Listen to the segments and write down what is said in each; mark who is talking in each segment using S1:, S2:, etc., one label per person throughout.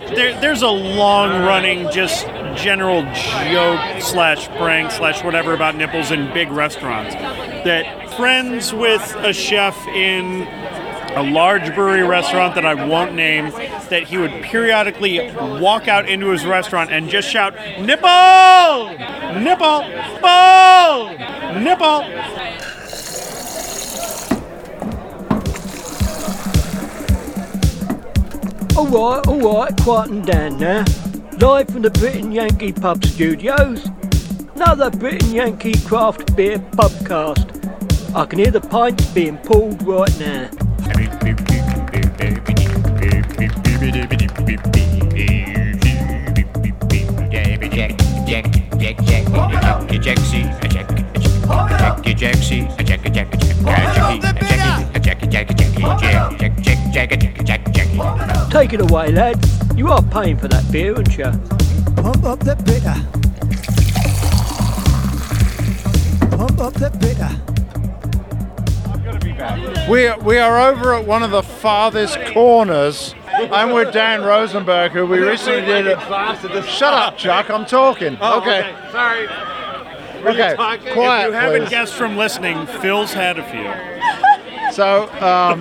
S1: there, there's a long running just general joke slash prank slash whatever about nipples in big restaurants that friends with a chef in a large brewery restaurant that I won't name that he would periodically walk out into his restaurant and just shout nipple nipple nipple nipple
S2: All right, all right, quieten down now. Live from the Britain Yankee Pub Studios. Another Britain Yankee craft beer pubcast. I can hear the pints being pulled right now. Take it away, lads. You are paying for that beer, aren't you?
S3: Pump up the bitter. Pump up the bitter.
S4: We we are over at one of the farthest corners. I'm with Dan Rosenberg, who we recently did. A, shut up, Chuck. I'm talking.
S1: Oh,
S4: okay.
S5: Sorry.
S4: Okay.
S5: talking?
S4: Quiet,
S1: you haven't
S4: please.
S1: guessed from listening Phil's had a few
S4: So um,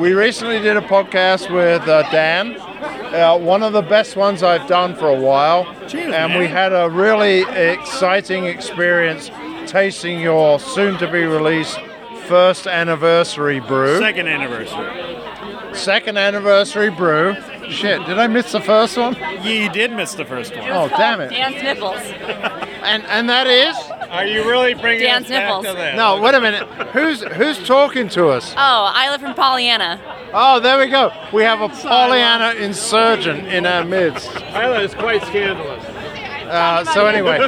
S4: we recently did a podcast with uh, Dan. Uh, one of the best ones I've done for a while,
S1: Cheers,
S4: and we
S1: man.
S4: had a really exciting experience tasting your soon-to-be-released first anniversary brew.
S1: second anniversary
S4: second anniversary brew. Shit, did I miss the first one?
S1: You did miss the first one.
S4: Oh damn it!
S6: Dan's nipples.
S4: And and that is
S1: Are you really bringing
S6: Dan's us back nipples. to
S1: that?
S4: no. Wait a minute. Who's who's talking to us?
S6: Oh, Isla from Pollyanna.
S4: Oh, there we go. We have a Pollyanna insurgent in our midst.
S5: Isla is quite scandalous.
S4: Uh, so anyway,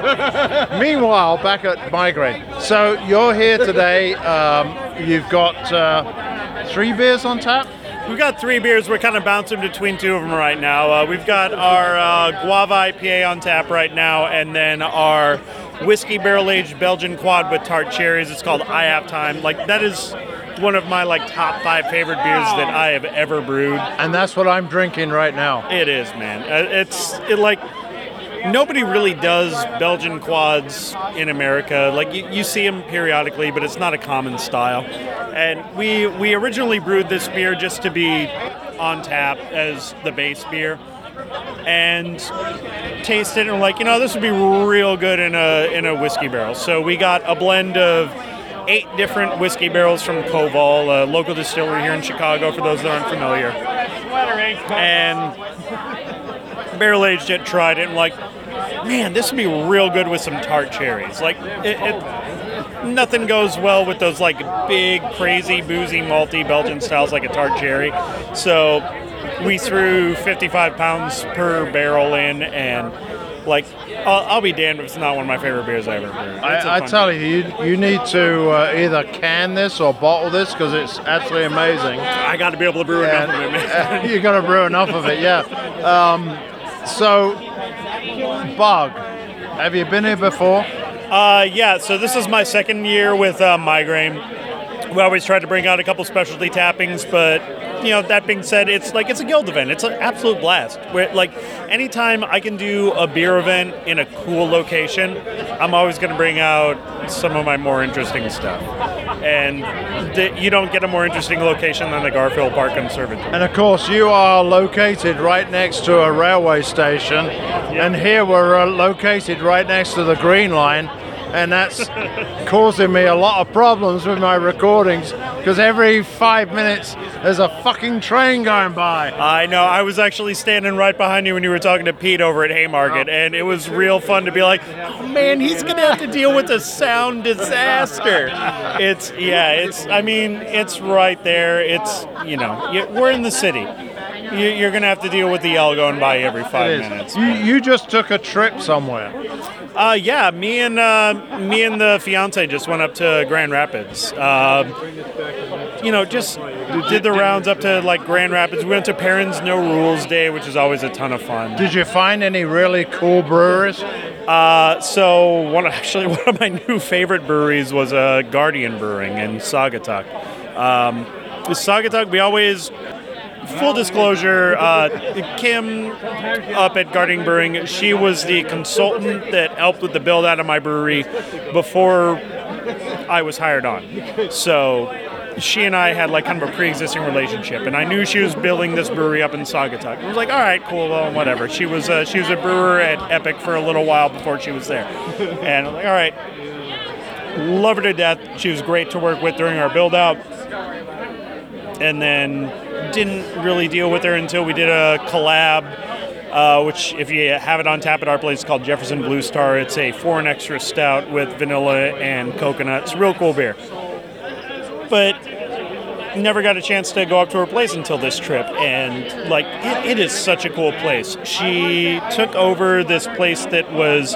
S4: meanwhile, back at migraine. So you're here today. Um, you've got uh, three beers on tap.
S1: We've got three beers. We're kind of bouncing between two of them right now. Uh, we've got our uh, guava IPA on tap right now, and then our whiskey barrel aged Belgian quad with tart cherries. It's called I Have Time. Like that is one of my like top five favorite beers that I have ever brewed.
S4: And that's what I'm drinking right now.
S1: It is, man. Uh, It's it like nobody really does Belgian quads in America. Like you, you see them periodically, but it's not a common style. And we we originally brewed this beer just to be on tap as the base beer. And tasted it and we're like, you know, this would be real good in a in a whiskey barrel. So we got a blend of eight different whiskey barrels from Koval, a local distillery here in Chicago. For those that aren't familiar, and barrel aged it, tried it, and like, man, this would be real good with some tart cherries. Like, it, it, nothing goes well with those like big, crazy, boozy, malty Belgian styles like a tart cherry. So we threw 55 pounds per barrel in and. Like, I'll, I'll be damned if it's not one of my favorite beers I ever brewed. It's a
S4: I, I
S1: fun
S4: tell you, you, you need to uh, either can this or bottle this because it's absolutely amazing.
S1: beer. I got to be able to brew enough of it, man.
S4: And you're gonna brew enough of it, yeah. Um, so, Bug, have you been here before?
S1: Uh, yeah, so this is my second year with uh, Migraine. We always try to bring out a couple specialty tappings, but you know that being said, it's like it's a guild event. It's an absolute blast. Where, like anytime I can do a beer event in a cool location, I'm always going to bring out some of my more interesting stuff. And th- you don't get a more interesting location than the Garfield Park Conservatory.
S4: And of course, you are located right next to a railway station, and here we're uh, located right next to the Green Line, and that's causing me a lot of problems with my recordings because every five minutes there's a fucking train going by.
S1: I know. I was actually standing right behind you when you were talking to Pete over at Haymarket, and it was real fun to be like, "Oh man, he's gonna have to deal with a sound disaster." It's yeah. It's. I mean, it's right there. It's you know, you, we're in the city. You, you're gonna have to deal with the yell going by every
S4: It
S1: five minutes.
S4: is. You, you just took a trip somewhere.
S1: Uh, yeah, me and uh, me and the fiance just went up to Grand Rapids. Um you know, just did the rounds up to like Grand Rapids. We went to Perrin's No Rules Day, which is always a ton of fun.
S4: Did you find any really cool breweries?
S1: Uh, so one actually one of my new favorite breweries was uh, Guardian Brewing in Saugatuck. Um, with Saugatuck, we always full disclosure, uh, Kim up at Gardening Brewing, she was the consultant that helped with the build out of my brewery before I was hired on. So she and I had like kind of a pre-existing relationship, and I knew she was building this brewery up in Saugatuck. I was like, all right, cool, well, whatever. She was uh, she was a brewer at Epic for a little while before she was there, and I'm like, all right, love her to death. She was great to work with during our build out, and then didn't really deal with her until we did a collab. Uh, which, if you have it on tap at our place, it's called Jefferson Blue Star. It's a four and extra stout with vanilla and coconut. It's a real cool beer. But never got a chance to go up to her place until this trip and like it, it is such a cool place she took over this place that was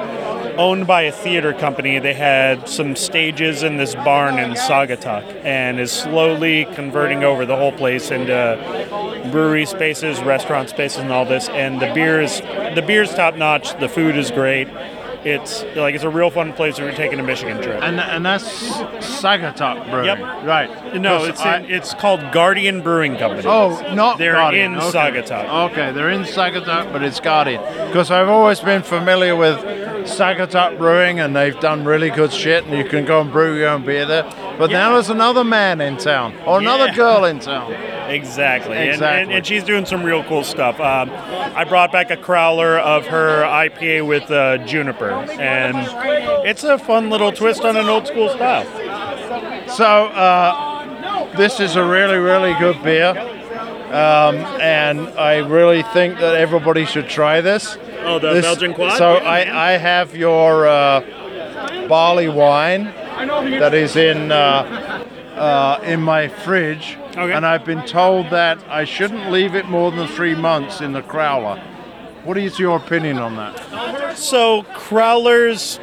S1: owned by a theater company they had some stages in this barn in sagatuck and is slowly converting over the whole place into brewery spaces restaurant spaces and all this and the beer is the beer's top notch the food is great it's like it's a real fun place if you're taking a michigan trip
S4: And, and that's Sagatuck Brewing.
S1: Yep.
S4: Right.
S1: no
S4: 'Cause
S1: it's
S4: I-
S1: in, it's called guardian brewing company
S4: Oh, not
S1: They're
S4: Guardian.
S1: in
S4: okay.
S1: Sagatuck.
S4: Okay, they're in Sagatuck, but it's Guardian. Because I've always been familiar with Sagatuck Brewing, and they've done really good shit, and you can go and brew your own beer there. But now there's another man in town, or another
S1: Yeah.
S4: girl in town.
S1: Exactly. And- And, and,
S4: Exactly.
S1: she's doing some real cool stuff. Um, I brought back a crowler of her IPA with uh, juniper, and it's a fun little twist on an old school style.
S4: So uh, this is a really, really good beer. Um, and I really think that everybody should try this.
S1: Oh, the
S4: This-
S1: Belgian quad?
S4: So I, I have your uh, barley wine that is in uh, uh, in my fridge,
S1: Okay.
S4: and I've been told that I shouldn't leave it more than three months in the crowler. What is your opinion on that?
S1: So crowlers.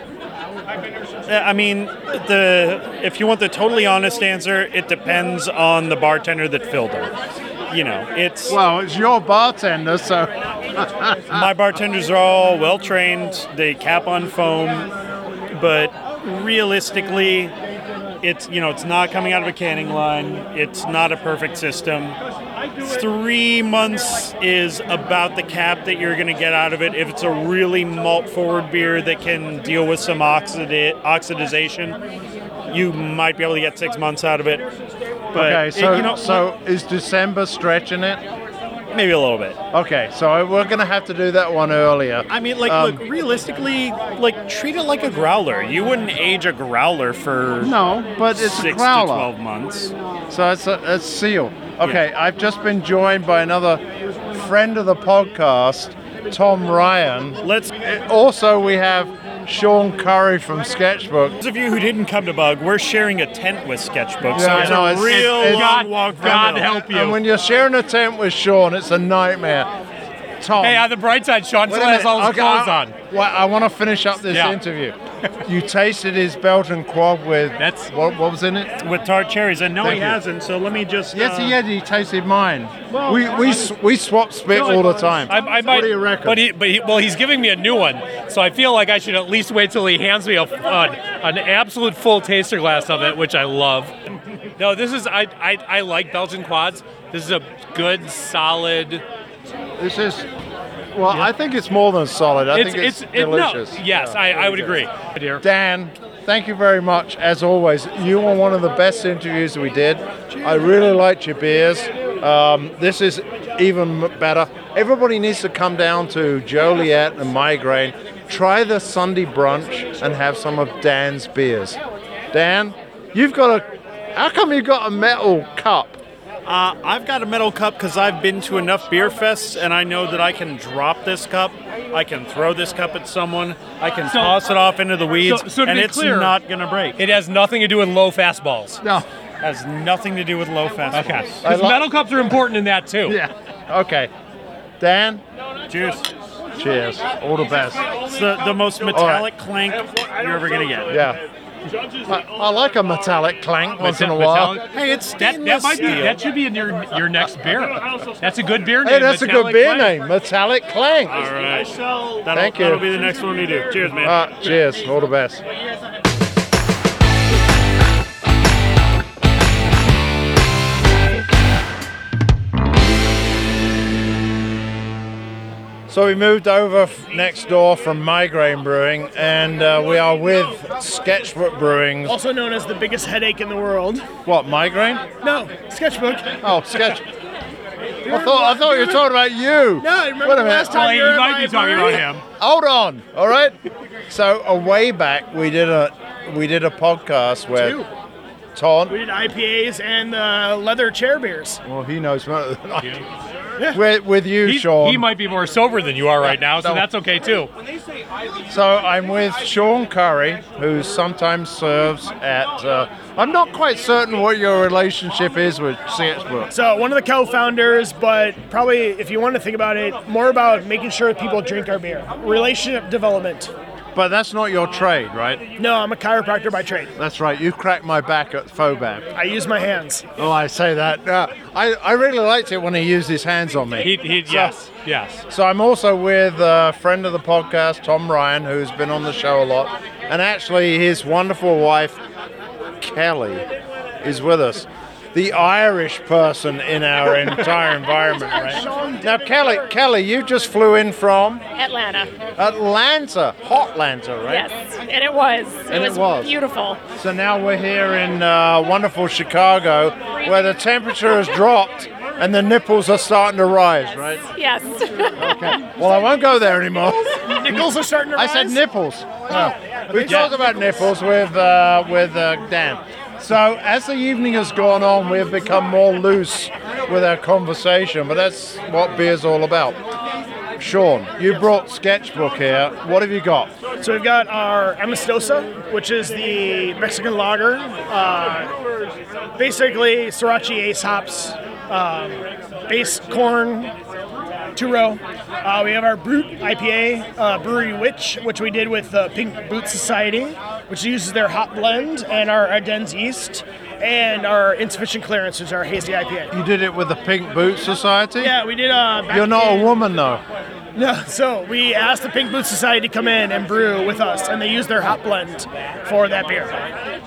S1: I mean, the if you want the totally honest answer, it depends on the bartender that filled them. You know, it's
S4: Well, it's your bartender, so
S1: my bartenders are all well trained. They cap on foam, but realistically, it's you know it's not coming out of a canning line. It's not a perfect system. Three months is about the cap that you're going to get out of it. If it's a really malt forward beer that can deal with some oxida- oxidization, you might be able to get six months out of it. But
S4: okay.
S1: it-
S4: So,
S1: you know,
S4: so is December stretching it?
S1: maybe a little bit.
S4: Okay, so we're gonna have to do that one earlier.
S1: I mean, like,
S4: Um,
S1: look, realistically, like, treat it like a growler. You wouldn't age a growler for
S4: no, but it's a
S1: six
S4: growler,
S1: to twelve months.
S4: so it's a, it's seal. Okay, I've just been joined by another friend of the podcast, Tom Ryan.
S1: Let's.
S4: Also, we have Sean Curry from Sketchbook.
S1: Those of you who didn't come to Bug, we're sharing a tent with Sketchbook,
S4: Yeah,
S1: so
S4: I
S1: it's
S4: know,
S1: a
S4: it's-
S1: real
S4: it's-
S1: long
S4: God-
S1: walk. from
S7: God
S1: hell.
S7: help you.
S4: And when you're sharing a tent with Sean, it's a nightmare. Tom.
S7: Hey, on the bright side, Sean
S4: Wait
S7: still
S4: a
S7: has
S4: minute.
S7: all his
S4: Okay,
S7: clothes
S4: I,
S7: on.
S4: Well, I want to finish up this
S7: Yeah.
S4: interview. you tasted his Belgian quad with
S7: That's-
S4: what, what was in it?
S1: with tart cherries, and no,
S4: Thank
S1: he
S4: you.
S1: hasn't. So let me just.
S4: Yes,
S1: uh,
S4: he had. He tasted mine. we we s- we swap spit all the time.
S7: I, I might,
S4: what do you reckon?
S7: But he, but he, well, he's giving me a new one, so I feel like I should at least wait till he hands me a, an, an absolute full taster glass of it, which I love. No, this is I, I I like Belgian quads. This is a good, solid.
S4: this is. Well, I think it's more than solid. I
S7: it's
S4: think it's,
S7: it's it- no,
S4: delicious.
S7: yes,
S4: Yeah,
S7: I,
S4: really
S7: I would
S4: good.
S7: agree. Dear.
S4: Dan, thank you very much. As always, you were one of the best interviews we did. I really liked your beers. Um, this is even m- better. Everybody needs to come down to Joliet and Migraine, try the Sunday brunch, and have some of Dan's beers. Dan, you've got a. How come you got a metal cup?
S1: Uh, I've got a metal cup because I've been to enough beer fests, and I know that I can drop this cup. I can throw this cup at someone. I can
S7: So-
S1: toss it off into the weeds,
S7: so to
S1: and
S7: be
S1: it's
S7: clear-
S1: not gonna break. It
S7: It has nothing to do with low fastballs.
S4: No.
S1: has nothing to do with low fast.
S7: Okay,
S4: I
S7: because
S4: lo-
S7: metal cups are important in that too.
S4: Yeah. Okay. Dan,
S1: Cheers.
S4: cheers. All the best.
S1: It's the, the most metallic clank you're ever gonna get.
S4: Yeah. I, I like a metallic
S1: Oh,
S4: clank once in a while.
S7: Metallic-
S1: Hey, it's
S7: That, that
S1: stainless
S7: might be,
S1: steel.
S7: that should be in your your next beer. That's a good beer name.
S4: Hey, that's a good
S7: Metallic
S4: beer
S7: Light.
S4: name, Metallic Clank.
S1: All right. That'll,
S4: Thank you.
S1: that'll be the next one we do. Cheers, man.
S4: Ah, cheers. All the best. So we moved over f- next door from Migraine Brewing, and uh, we are with Sketchbook Brewing.
S8: Also known as the biggest headache in the world.
S4: What migraine?
S8: No, sketchbook.
S4: Oh, sketch. I thought I thought you were talking about you.
S8: No, I remember
S4: Wait a minute.
S8: last time
S7: Well,
S8: you were
S7: you
S8: at
S7: might
S8: my
S7: be talking about
S8: party.
S7: him.
S4: Hold on. All right. So a way back we did a we did a podcast where
S8: Two.
S4: Ton.
S8: We did IPAs and uh, leather chair beers.
S4: Well, he knows better than I do. With, with you,
S7: He,
S4: Sean.
S7: he might be more sober than you are right now, so
S4: no.
S7: that's okay too.
S4: So I'm with Sean Curry, who sometimes serves at. Uh, I'm not quite certain what your relationship is with Sketchbook.
S8: So one of the co-founders, but probably if you want to think about it, more about making sure people drink our beer. Relationship development.
S4: But that's not your trade, right?
S8: No, I'm a chiropractor by trade.
S4: That's right. You cracked my back at Fobab.
S8: I use my hands.
S4: Oh, I say that. Uh, I, I really liked it when he used his hands on me.
S7: He, he, yes, yes.
S4: So I'm also with a friend of the podcast, Tom Ryan, who's been on the show a lot, and actually his wonderful wife, Kelly, is with us. The Irish person in our entire environment, right? Now, Kelly, Kelly, you just flew in from
S9: Atlanta.
S4: Atlanta, hot Atlanta, right?
S9: Yes, and it was. It
S4: And it
S9: was,
S4: was.
S9: beautiful.
S4: So now we're here in uh, wonderful Chicago, where the temperature has dropped and the nipples are starting to rise, right?
S9: Yes.
S4: Okay. Well, I won't go there anymore.
S8: Nickels are starting to
S4: I
S8: rise.
S4: said nipples. No. We talked about nipples with uh, with uh, Dan. So as the evening has gone on, we've become more loose with our conversation, but that's what beer's all about. Sean, you brought sketchbook here. What have you got?
S8: So we've got our Amistosa, which is the Mexican lager. Uh, basically, sriracha ace hops, um, base corn, two row. Uh, we have our Brute IPA, uh, Brewery Witch, which we did with the Pink Boot Society, which uses their hop blend and our Ardennes yeast, and our Insufficient Clearance, which is our hazy IPA.
S4: You did it with the Pink Boot Society.
S8: Yeah, we did. Uh, back
S4: You're not
S8: in-
S4: a woman though.
S8: no, so we asked the Pink Boot Society to come in and brew with us, and they used their hop blend for that beer.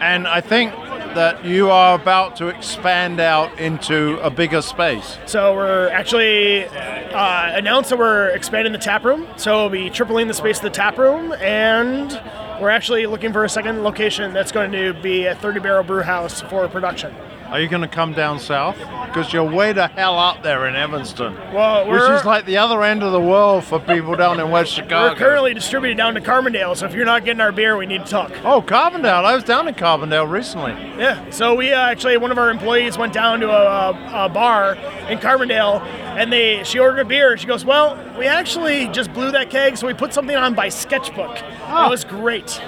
S4: And I think that you are about to expand out into a bigger space.
S8: So we're actually uh, announced that we're expanding the tap room. So we'll be tripling the space of the tap room, and we're actually looking for a second location that's going to be a 30 barrel brew house for production.
S4: Are you going to come down south? Because you're way the hell up there in Evanston.
S8: Well,
S4: Which
S8: we're-
S4: is like the other end of the world for people down in West Chicago.
S8: We're currently distributed down to Carbondale, so if you're not getting our beer, we need to talk.
S4: Oh, Carbondale. I was down in Carbondale recently.
S8: Yeah. So we uh, actually one of our employees went down to a, a bar in Carbondale, and they she ordered a beer. She goes, "Well, we actually just blew that keg, so we put something on by sketchbook. It was great.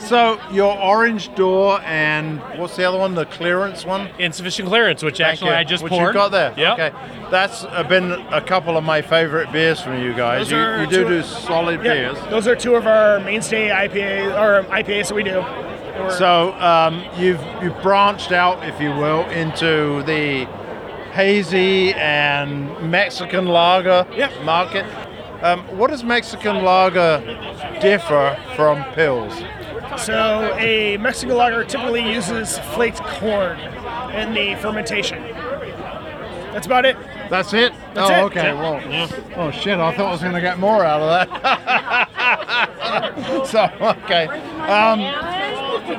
S4: So your orange door and what's the other one? The clearance one.
S7: Insufficient clearance, which
S4: Thank
S7: actually
S4: you.
S7: I just
S4: Which
S7: poured.
S4: you got there.
S7: Yep.
S4: Okay. That's uh, been a couple of my favorite beers from you guys.
S8: Those
S4: You,
S8: are
S4: you do
S8: two-
S4: do solid
S8: Yeah.
S4: beers.
S8: Those are two of our mainstay IPA or IPAs that we do. And we're-
S4: So um, you've you've branched out, if you will, into the hazy and Mexican lager
S8: Yeah.
S4: market. Um, what does Mexican lager differ from pills?
S8: so a Mexican lager typically uses flaked corn in the fermentation. That's about it.
S4: That's it.
S8: That's
S4: oh,
S8: it.
S4: okay. Well, oh shit! I thought I was going to get more out of that. so okay. Um,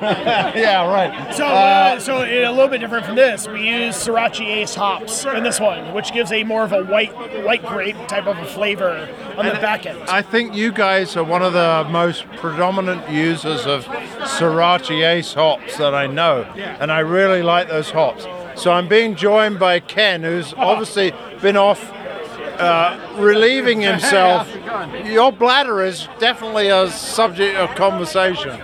S4: yeah, right.
S8: So, uh, so uh, a little bit different from this. We use Sriracha Ace hops in this one, which gives a more of a white white grape type of a flavor on the back end.
S4: I think you guys are one of the most predominant users of Sriracha Ace hops that I know, and I really like those hops. So I'm being joined by Ken, who's obviously been off uh, relieving himself. Your bladder is definitely a subject of conversation.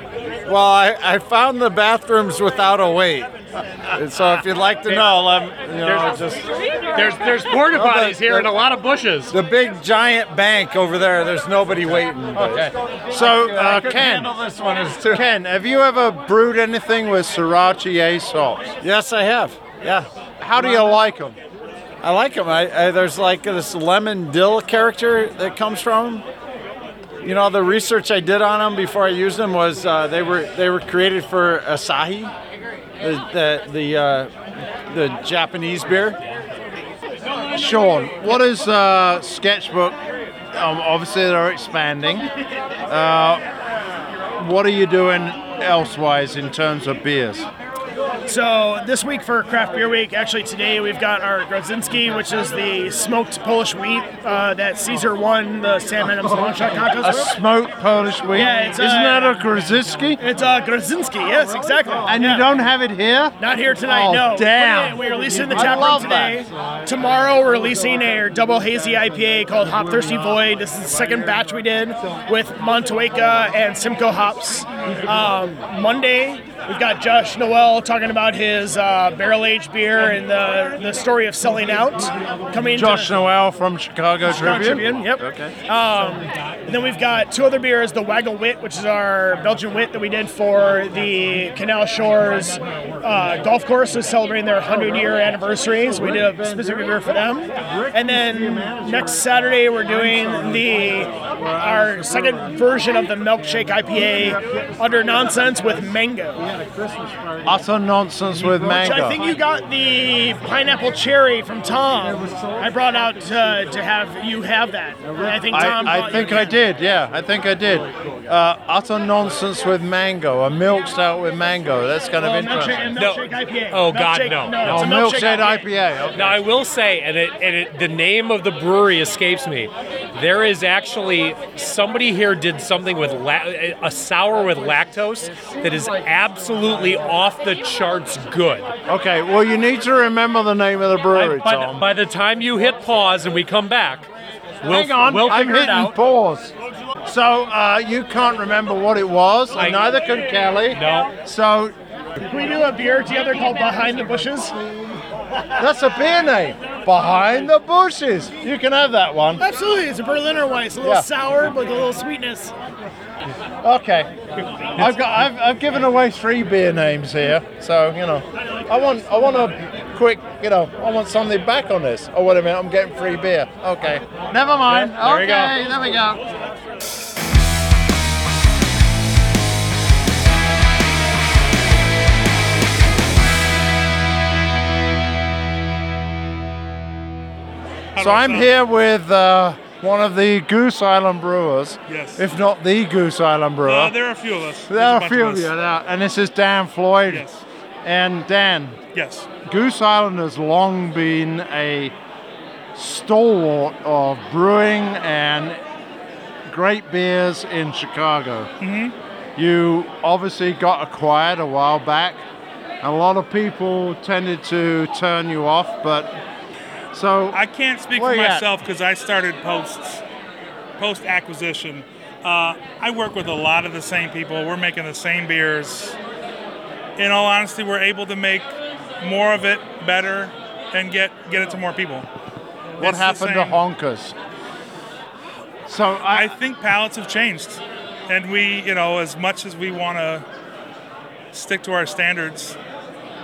S10: Well, I, I found the bathrooms without a wait. And so if you'd like to know, I'm, you know, just
S7: There's there's porta potties here and a lot of bushes.
S10: the big giant bank over there. There's nobody waiting. Okay.
S4: So uh, Ken,
S10: handle this one as too.
S4: Ken, have you ever brewed anything with Sriracha Ace hops?
S10: Yes, I have. Yeah,
S4: How do you like them?
S10: I like them. I, I, there's like this lemon dill character that comes from 'em. You know, the research I did on them before I used them was uh, they were they were created for Asahi, the the the, uh, the Japanese beer.
S4: Sean, what is uh, Sketchbook? Um, obviously, they're expanding. Uh, what are you doing elsewise in terms of beers?
S8: So this week for Craft Beer Week, actually today we've got our Grozinski, which is the smoked Polish wheat uh, that Caesar won the Sam Adams long shot
S4: A
S8: contest. with.
S4: smoked Polish wheat?
S8: Yeah, it's,
S4: Isn't
S8: uh,
S4: that a Grzyski?
S8: It's a Grozinski, yes, exactly.
S4: And you don't have it here?
S8: Not here tonight,
S4: Oh,
S8: no.
S4: damn.
S8: We're, we're releasing the
S4: I
S8: tap room
S4: love
S8: today. Tomorrow we're releasing our double hazy IPA called Hop Thirsty Void. This is the second batch we did with Montueca and Simcoe hops. Um, Monday we've got Josh Noel talking about his uh, barrel aged beer and the, the story of selling out. Coming into-
S4: Josh Noel from Chicago,
S8: Chicago
S4: Tribune.
S8: Tribune, Yep. Um, and then we've got two other beers: the Waggle Wit, which is our Belgian wit that we did for the Canal Shores uh, Golf Course, was celebrating their 100-year anniversary. So we did a specific beer for them. And then next Saturday we're doing the our second version of the Milkshake IPA under nonsense with mango.
S4: Utter nonsense with mango.
S8: Which I think you got the pineapple cherry from Tom. I brought out uh, to have you have that. And I think Tom.
S4: I, I
S8: brought
S4: think
S8: you
S4: I did, yeah, I think I did. Uh, utter nonsense with mango, a milk stout with mango. That's kind of
S8: Well, milkshake-
S4: interesting.
S8: and milkshake IPA.
S7: Oh God,
S8: Milkshake-
S7: no!
S8: no, it's a Oh, milkshake milkshake IPA.
S7: Now I will say, and it, and it, the name of the brewery escapes me. There is actually somebody here did something with la- a sour with lactose that is absolutely off the charts good.
S4: Okay, well, you need to remember the name of the brewery,
S7: By,
S4: Tom.
S7: the- by the time you hit pause and we come back, we'll,
S4: Hang on,
S7: we'll
S4: I'm
S7: figure it
S4: hitting
S7: out.
S4: pause. So uh, you can't remember what it was, and neither can Kelly. No. So
S8: Can we do a beer together called Behind the Bushes?
S4: that's a beer name. Behind the bushes. You can have that one.
S8: Absolutely, it's a Berliner Weiss. It's a little
S4: Yeah.
S8: sour, but with a little sweetness.
S4: Okay. I've got. I've, I've given away three beer names here, so you know. I want. I want a quick. You know. I want something back on this. Oh wait a minute. I'm getting free beer. Okay. Never mind.
S10: Yeah, there we go.
S4: okay. There we go. So I'm here with uh, one of the Goose Island brewers.
S11: Yes.
S4: If not the Goose Island brewer.
S11: Uh, there are a few of us.
S4: There
S11: There's a
S4: are a
S11: bunch
S4: few
S11: of
S4: of
S11: us.
S4: you. Now. And this is Dan Floyd. Yes. And Dan.
S11: Yes.
S4: Goose Island has long been a stalwart of brewing and great beers in Chicago. Mm-hmm. You obviously got acquired a while back. A lot of people tended to turn you off, but so
S11: I can't speak
S4: Where
S11: for
S4: you at?
S11: myself because I started posts post acquisition. Uh, I work with a lot of the same people. We're making the same beers. In all honesty, we're able to make more of it better and get get it to more people.
S4: what happened to Honkers? So I,
S11: I think palates have changed, and we, you know, as much as we want to stick to our standards,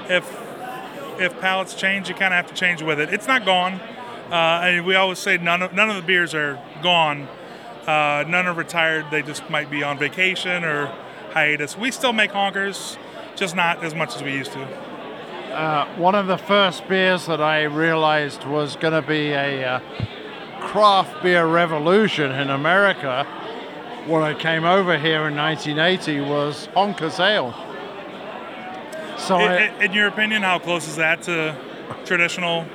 S11: if if palates change, you kind of have to change with it. It's not gone. Uh, and we always say none of none of the beers are gone. Uh, none are retired. They just might be on vacation or hiatus. We still make honkers, just not as much as we used to.
S4: Uh, one of the first beers that I realized was going to be a uh, craft beer revolution in America when I came over here in 1980 was Honker's Ale. So
S11: In-
S4: I-
S11: in, in your opinion, how close is that to traditional?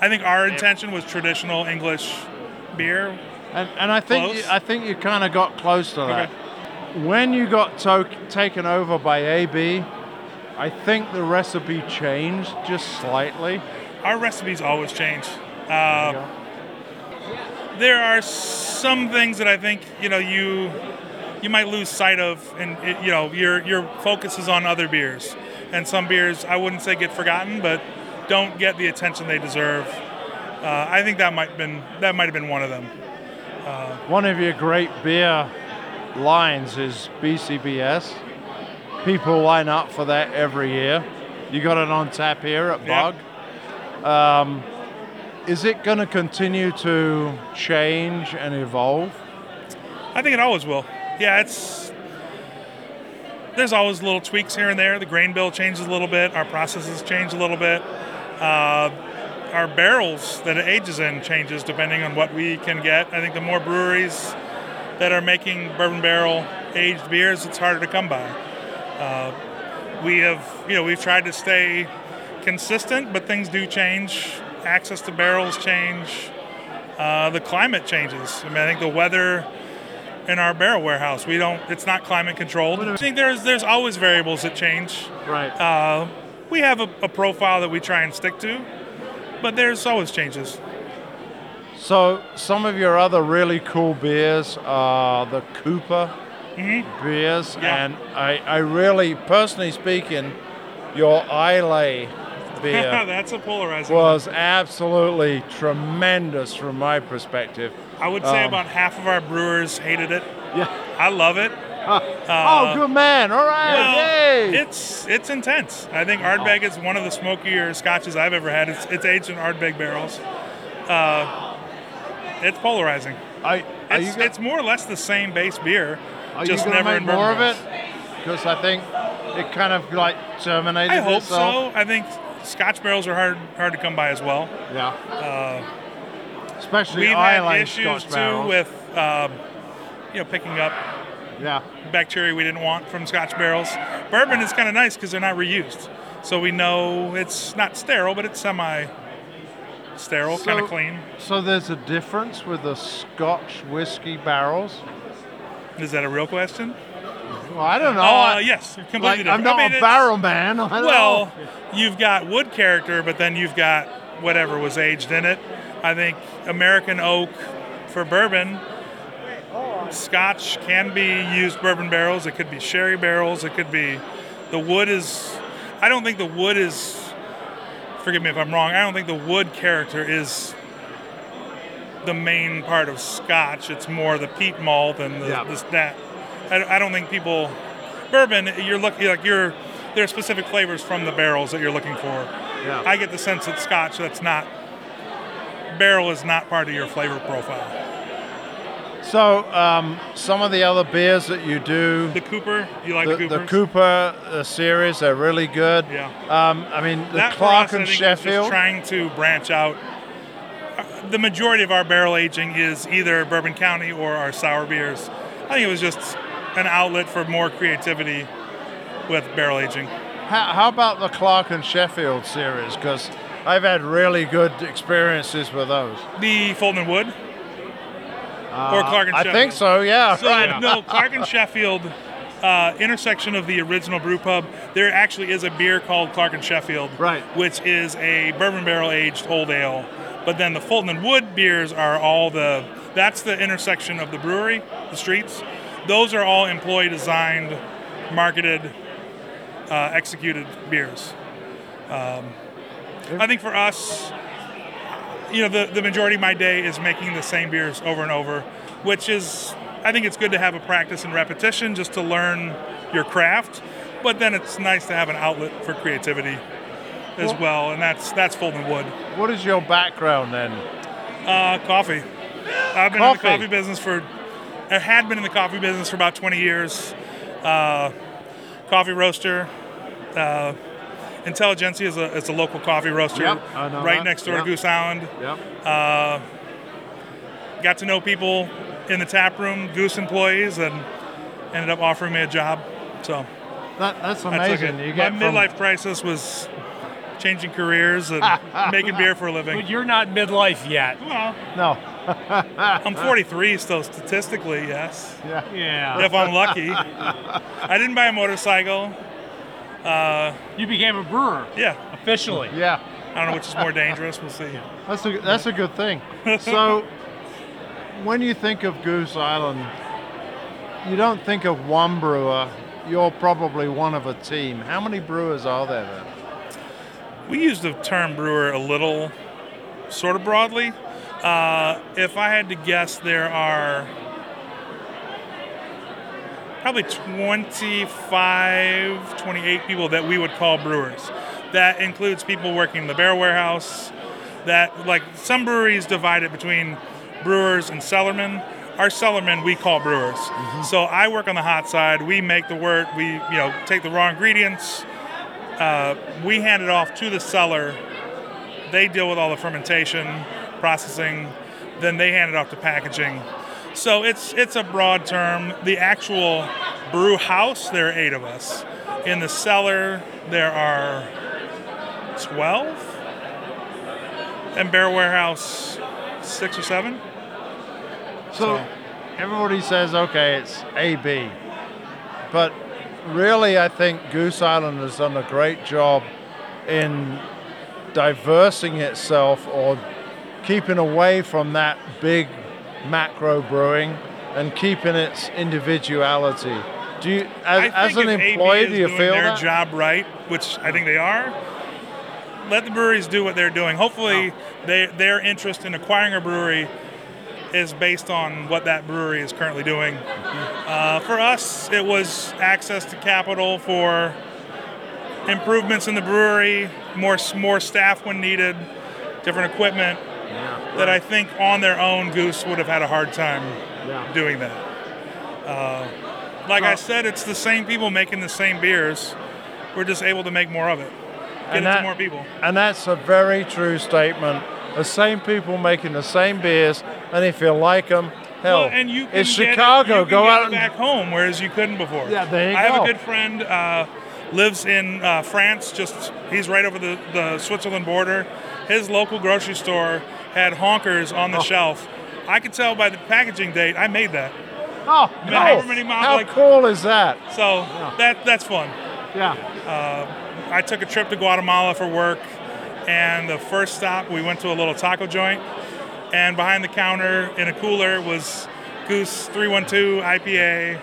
S11: I think our intention was traditional English beer.
S4: And, and I think you,
S11: Close?
S4: I think you kind of got close to that. When you got to- taken over by AB, I think the recipe changed just slightly.
S11: Our recipes always change. Uh, there are some things that I think you know you you might lose sight of, and it, you know your your focus is on other beers, and some beers I wouldn't say get forgotten, but don't get the attention they deserve. Uh, I think that might been that might have been one of them. Uh,
S4: One of your great beer lines is BCBS. People line up for that every year. You got it on tap here at
S11: Yeah.
S4: Bug. Um, is it going to continue to change and evolve?
S11: I think it always will. Yeah, it's there's always little tweaks here and there. The grain bill changes a little bit. Our processes change a little bit. Uh, our barrels that it ages in changes depending on what we can get. I think the more breweries that are making bourbon barrel aged beers, it's harder to come by. Uh, we have, you know, we've tried to stay consistent, but things do change. Access to barrels change. Uh, the climate changes. I mean, I think the weather in our barrel warehouse. We don't. It's not climate controlled. I think there's there's always variables that change. Right. Uh, we have a, a profile that we try and stick to, but there's always changes.
S4: So some of your other really cool beers are the Cooper beers, and I, I really, personally speaking, your Islay beer
S11: That's a polarizing.
S4: was
S11: one.
S4: absolutely tremendous from my perspective.
S11: I would say
S4: Um,
S11: about half of our brewers hated it. Yeah. I love it.
S4: oh, good man! All right,
S11: Uh, Well,
S4: yay!
S11: it's it's intense. I think Ardbeg is one of the smokier scotches I've ever had. It's, it's aged in Ardbeg barrels. Uh, it's polarizing.
S4: I, are you
S11: it's,
S4: go-
S11: it's more or less the same base beer,
S4: Are
S11: just
S4: you gonna make
S11: never in bourbon
S4: more of it?
S11: barrels.
S4: Because I think it kind of like terminated
S11: I hope
S4: itself.
S11: so. I think Scotch barrels are hard hard to come by as well.
S4: Yeah.
S11: Uh,
S4: Especially
S11: we've
S4: island
S11: had issues
S4: Scotch
S11: too
S4: barrels.
S11: with um, you know picking up
S4: yeah
S11: bacteria we didn't want from Scotch barrels. Bourbon is kind of nice because they're not reused, so we know it's not sterile, but it's semi sterile, kind
S4: So-
S11: of clean.
S4: So there's a difference with the Scotch whiskey barrels.
S11: Is that a real question?
S4: Well, I don't know.
S11: Uh,
S4: I-
S11: yes, completely
S4: like,
S11: different.
S4: I'm not
S11: I mean,
S4: a
S11: it's-
S4: barrel man. I don't
S11: well,
S4: know.
S11: you've got wood character, but then you've got whatever was aged in it. I think American oak for bourbon. Scotch can be used bourbon barrels. It could be sherry barrels. It could be the wood is. I don't think the wood is. Forgive me if I'm wrong. I don't think the wood character is the main part of Scotch. It's more the peat malt and the,
S4: Yeah.
S11: this that. I, I don't think people bourbon. You're looking like you're there are specific flavors from the barrels that you're looking for.
S4: Yeah.
S11: I get the sense that Scotch that's not barrel is not part of your flavor profile.
S4: So um, some of the other beers that you do. The
S11: Cooper, you like
S4: the,
S11: the Coopers?
S4: Cooper uh, series. They're really good.
S11: Yeah.
S4: Um, I mean the
S11: that
S4: Clark
S11: for us,
S4: and
S11: I think, is just
S4: Sheffield.
S11: trying to branch out. Uh, The majority of our barrel aging is either Bourbon County or our sour beers. I think it was just an outlet for more creativity with barrel aging.
S4: How, how about the Clark and Sheffield series? Because I've had really good experiences with those.
S11: The Fulton Wood or Clark and
S4: Uh, I
S11: Sheffield.
S4: think so. Yeah.
S11: So,
S4: right.
S11: no, Clark and Sheffield uh, intersection of the original brew pub. There actually is a beer called Clark and Sheffield, right? Which is a bourbon barrel aged old ale. But then the Fulton and Wood beers are all the that's the intersection of the brewery, the streets. Those are all employee designed, marketed, uh, executed beers. Um, I think for us, you know, the, the majority of my day is making the same beers over and over, which is, I think it's good to have a practice and repetition just to learn your craft, but then it's nice to have an outlet for creativity as
S4: Well-
S11: well, and that's that's Fulton Wood.
S4: What is your background then?
S11: Uh, coffee. I've been in
S4: Coffee.
S11: the coffee business for, I had been in the coffee business for about 20 years. Uh, coffee roaster. Uh, Intelligentsia is a, is a local coffee roaster
S4: Yep, I know
S11: right
S4: that.
S11: next door
S4: Yep.
S11: to Goose Island.
S4: Yep.
S11: Uh, got to know people in the tap room, Goose employees, and ended up offering me a job. So
S4: That, that's
S11: I took
S4: amazing.
S11: it.
S4: You get
S11: My
S4: from-
S11: midlife crisis was changing careers and making beer for a living.
S7: But you're not midlife yet.
S11: Well,
S4: no.
S11: I'm 43, so statistically, yes.
S4: Yeah.
S7: Yeah.
S11: If I'm lucky. I didn't buy a motorcycle. Uh,
S7: you became a brewer.
S11: Yeah.
S7: Officially.
S4: Yeah.
S11: I don't know which is more dangerous. We'll see.
S4: That's a that's a good thing. So, when you think of Goose Island, you don't think of one brewer. You're probably one of a team. How many brewers are there? Then?
S11: We use the term brewer a little, sort of broadly. Uh, if I had to guess, there are probably 25, 28 people that we would call brewers. That includes people working in the barrel warehouse. That like some breweries divide it between brewers and cellarmen. Our cellarmen we call brewers. So I work on the hot side. We make the wort. We you know take the raw ingredients. Uh, we hand it off to the cellar they deal with all the fermentation, processing, then they hand it off to packaging. So it's it's a broad term. The actual brew house, there are eight of us. In the cellar, there are twelve, and bear warehouse, six or seven.
S4: So everybody says, okay, it's AB. But really, I think Goose Island has done a great job in diversing itself or keeping away from that big macro brewing and keeping its individuality. Do you, as,
S11: I
S4: as
S11: think
S4: an
S11: if
S4: employee,
S11: AB
S4: do
S11: is
S4: you
S11: doing
S4: feel
S11: their
S4: that?
S11: job right, which I think they are? Let the breweries do what they're doing. Hopefully,
S4: Oh.
S11: they, their interest in acquiring a brewery is based on what that brewery is currently doing.
S4: Mm-hmm.
S11: Uh, for us, it was access to capital for improvements in the brewery, more s- more staff when needed, different equipment. That I think on their own, Goose would have had a hard time doing that. Uh, like I said, it's the same people making the same beers. We're just able to make more of it. Get
S4: And
S11: it
S4: that-
S11: to more people.
S4: And that's a very true statement. The same people making the same beers, and if you like them, hell,
S11: Well, and you can
S4: it's
S11: get it-
S4: Chicago.
S11: you can
S4: go
S11: get
S4: out
S11: it
S4: and
S11: back home, whereas you couldn't before.
S4: Yeah, there you
S11: I have
S4: go.
S11: a good friend uh, lives in uh, France. Just he's right over the, the Switzerland border. His local grocery store had honkers on the shelf. I could tell by the packaging date. I made that.
S4: Oh,
S11: Man,
S4: no.
S11: however many miles,
S4: How
S11: like-
S4: cool is that?
S11: So that that's fun.
S4: Yeah.
S11: Uh, I took a trip to Guatemala for work, and the first stop we went to a little taco joint, and behind the counter in a cooler was Goose 312 IPA.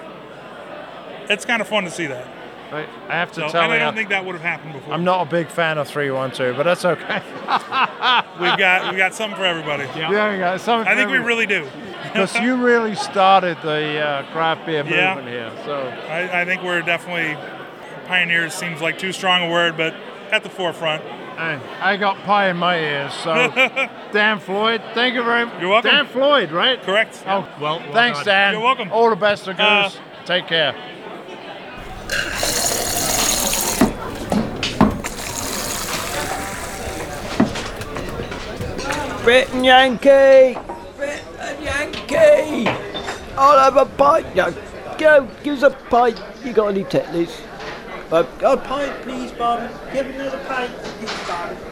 S11: It's kind of fun to see that.
S4: I, I have to
S11: So,
S4: tell
S11: and
S4: you,
S11: I don't think that would have happened before.
S4: I'm not a big fan of 312, but that's okay.
S11: We've got we got something for everybody.
S4: Yeah, we got something
S11: I
S4: for
S11: think we
S4: every-
S11: really do.
S4: Because you really started the uh, craft beer
S11: yeah.
S4: movement here. So
S11: I, I think we're definitely pioneers. Seems like too strong a word, but at the forefront.
S4: I got pie in my ears. So Dan Floyd, thank you very much.
S11: You're welcome.
S4: Dan Floyd, right?
S11: Correct.
S4: Oh, well, thanks,
S11: done.
S4: Dan.
S11: You're welcome.
S4: All the best to Goose.
S11: Uh,
S4: Take care.
S2: Britain Yankee! Britain Yankee! I'll have a pint. No, go, give us a pint. You got any tetlers? I've got a pint, please, Barman. Give another pint, please, Barman.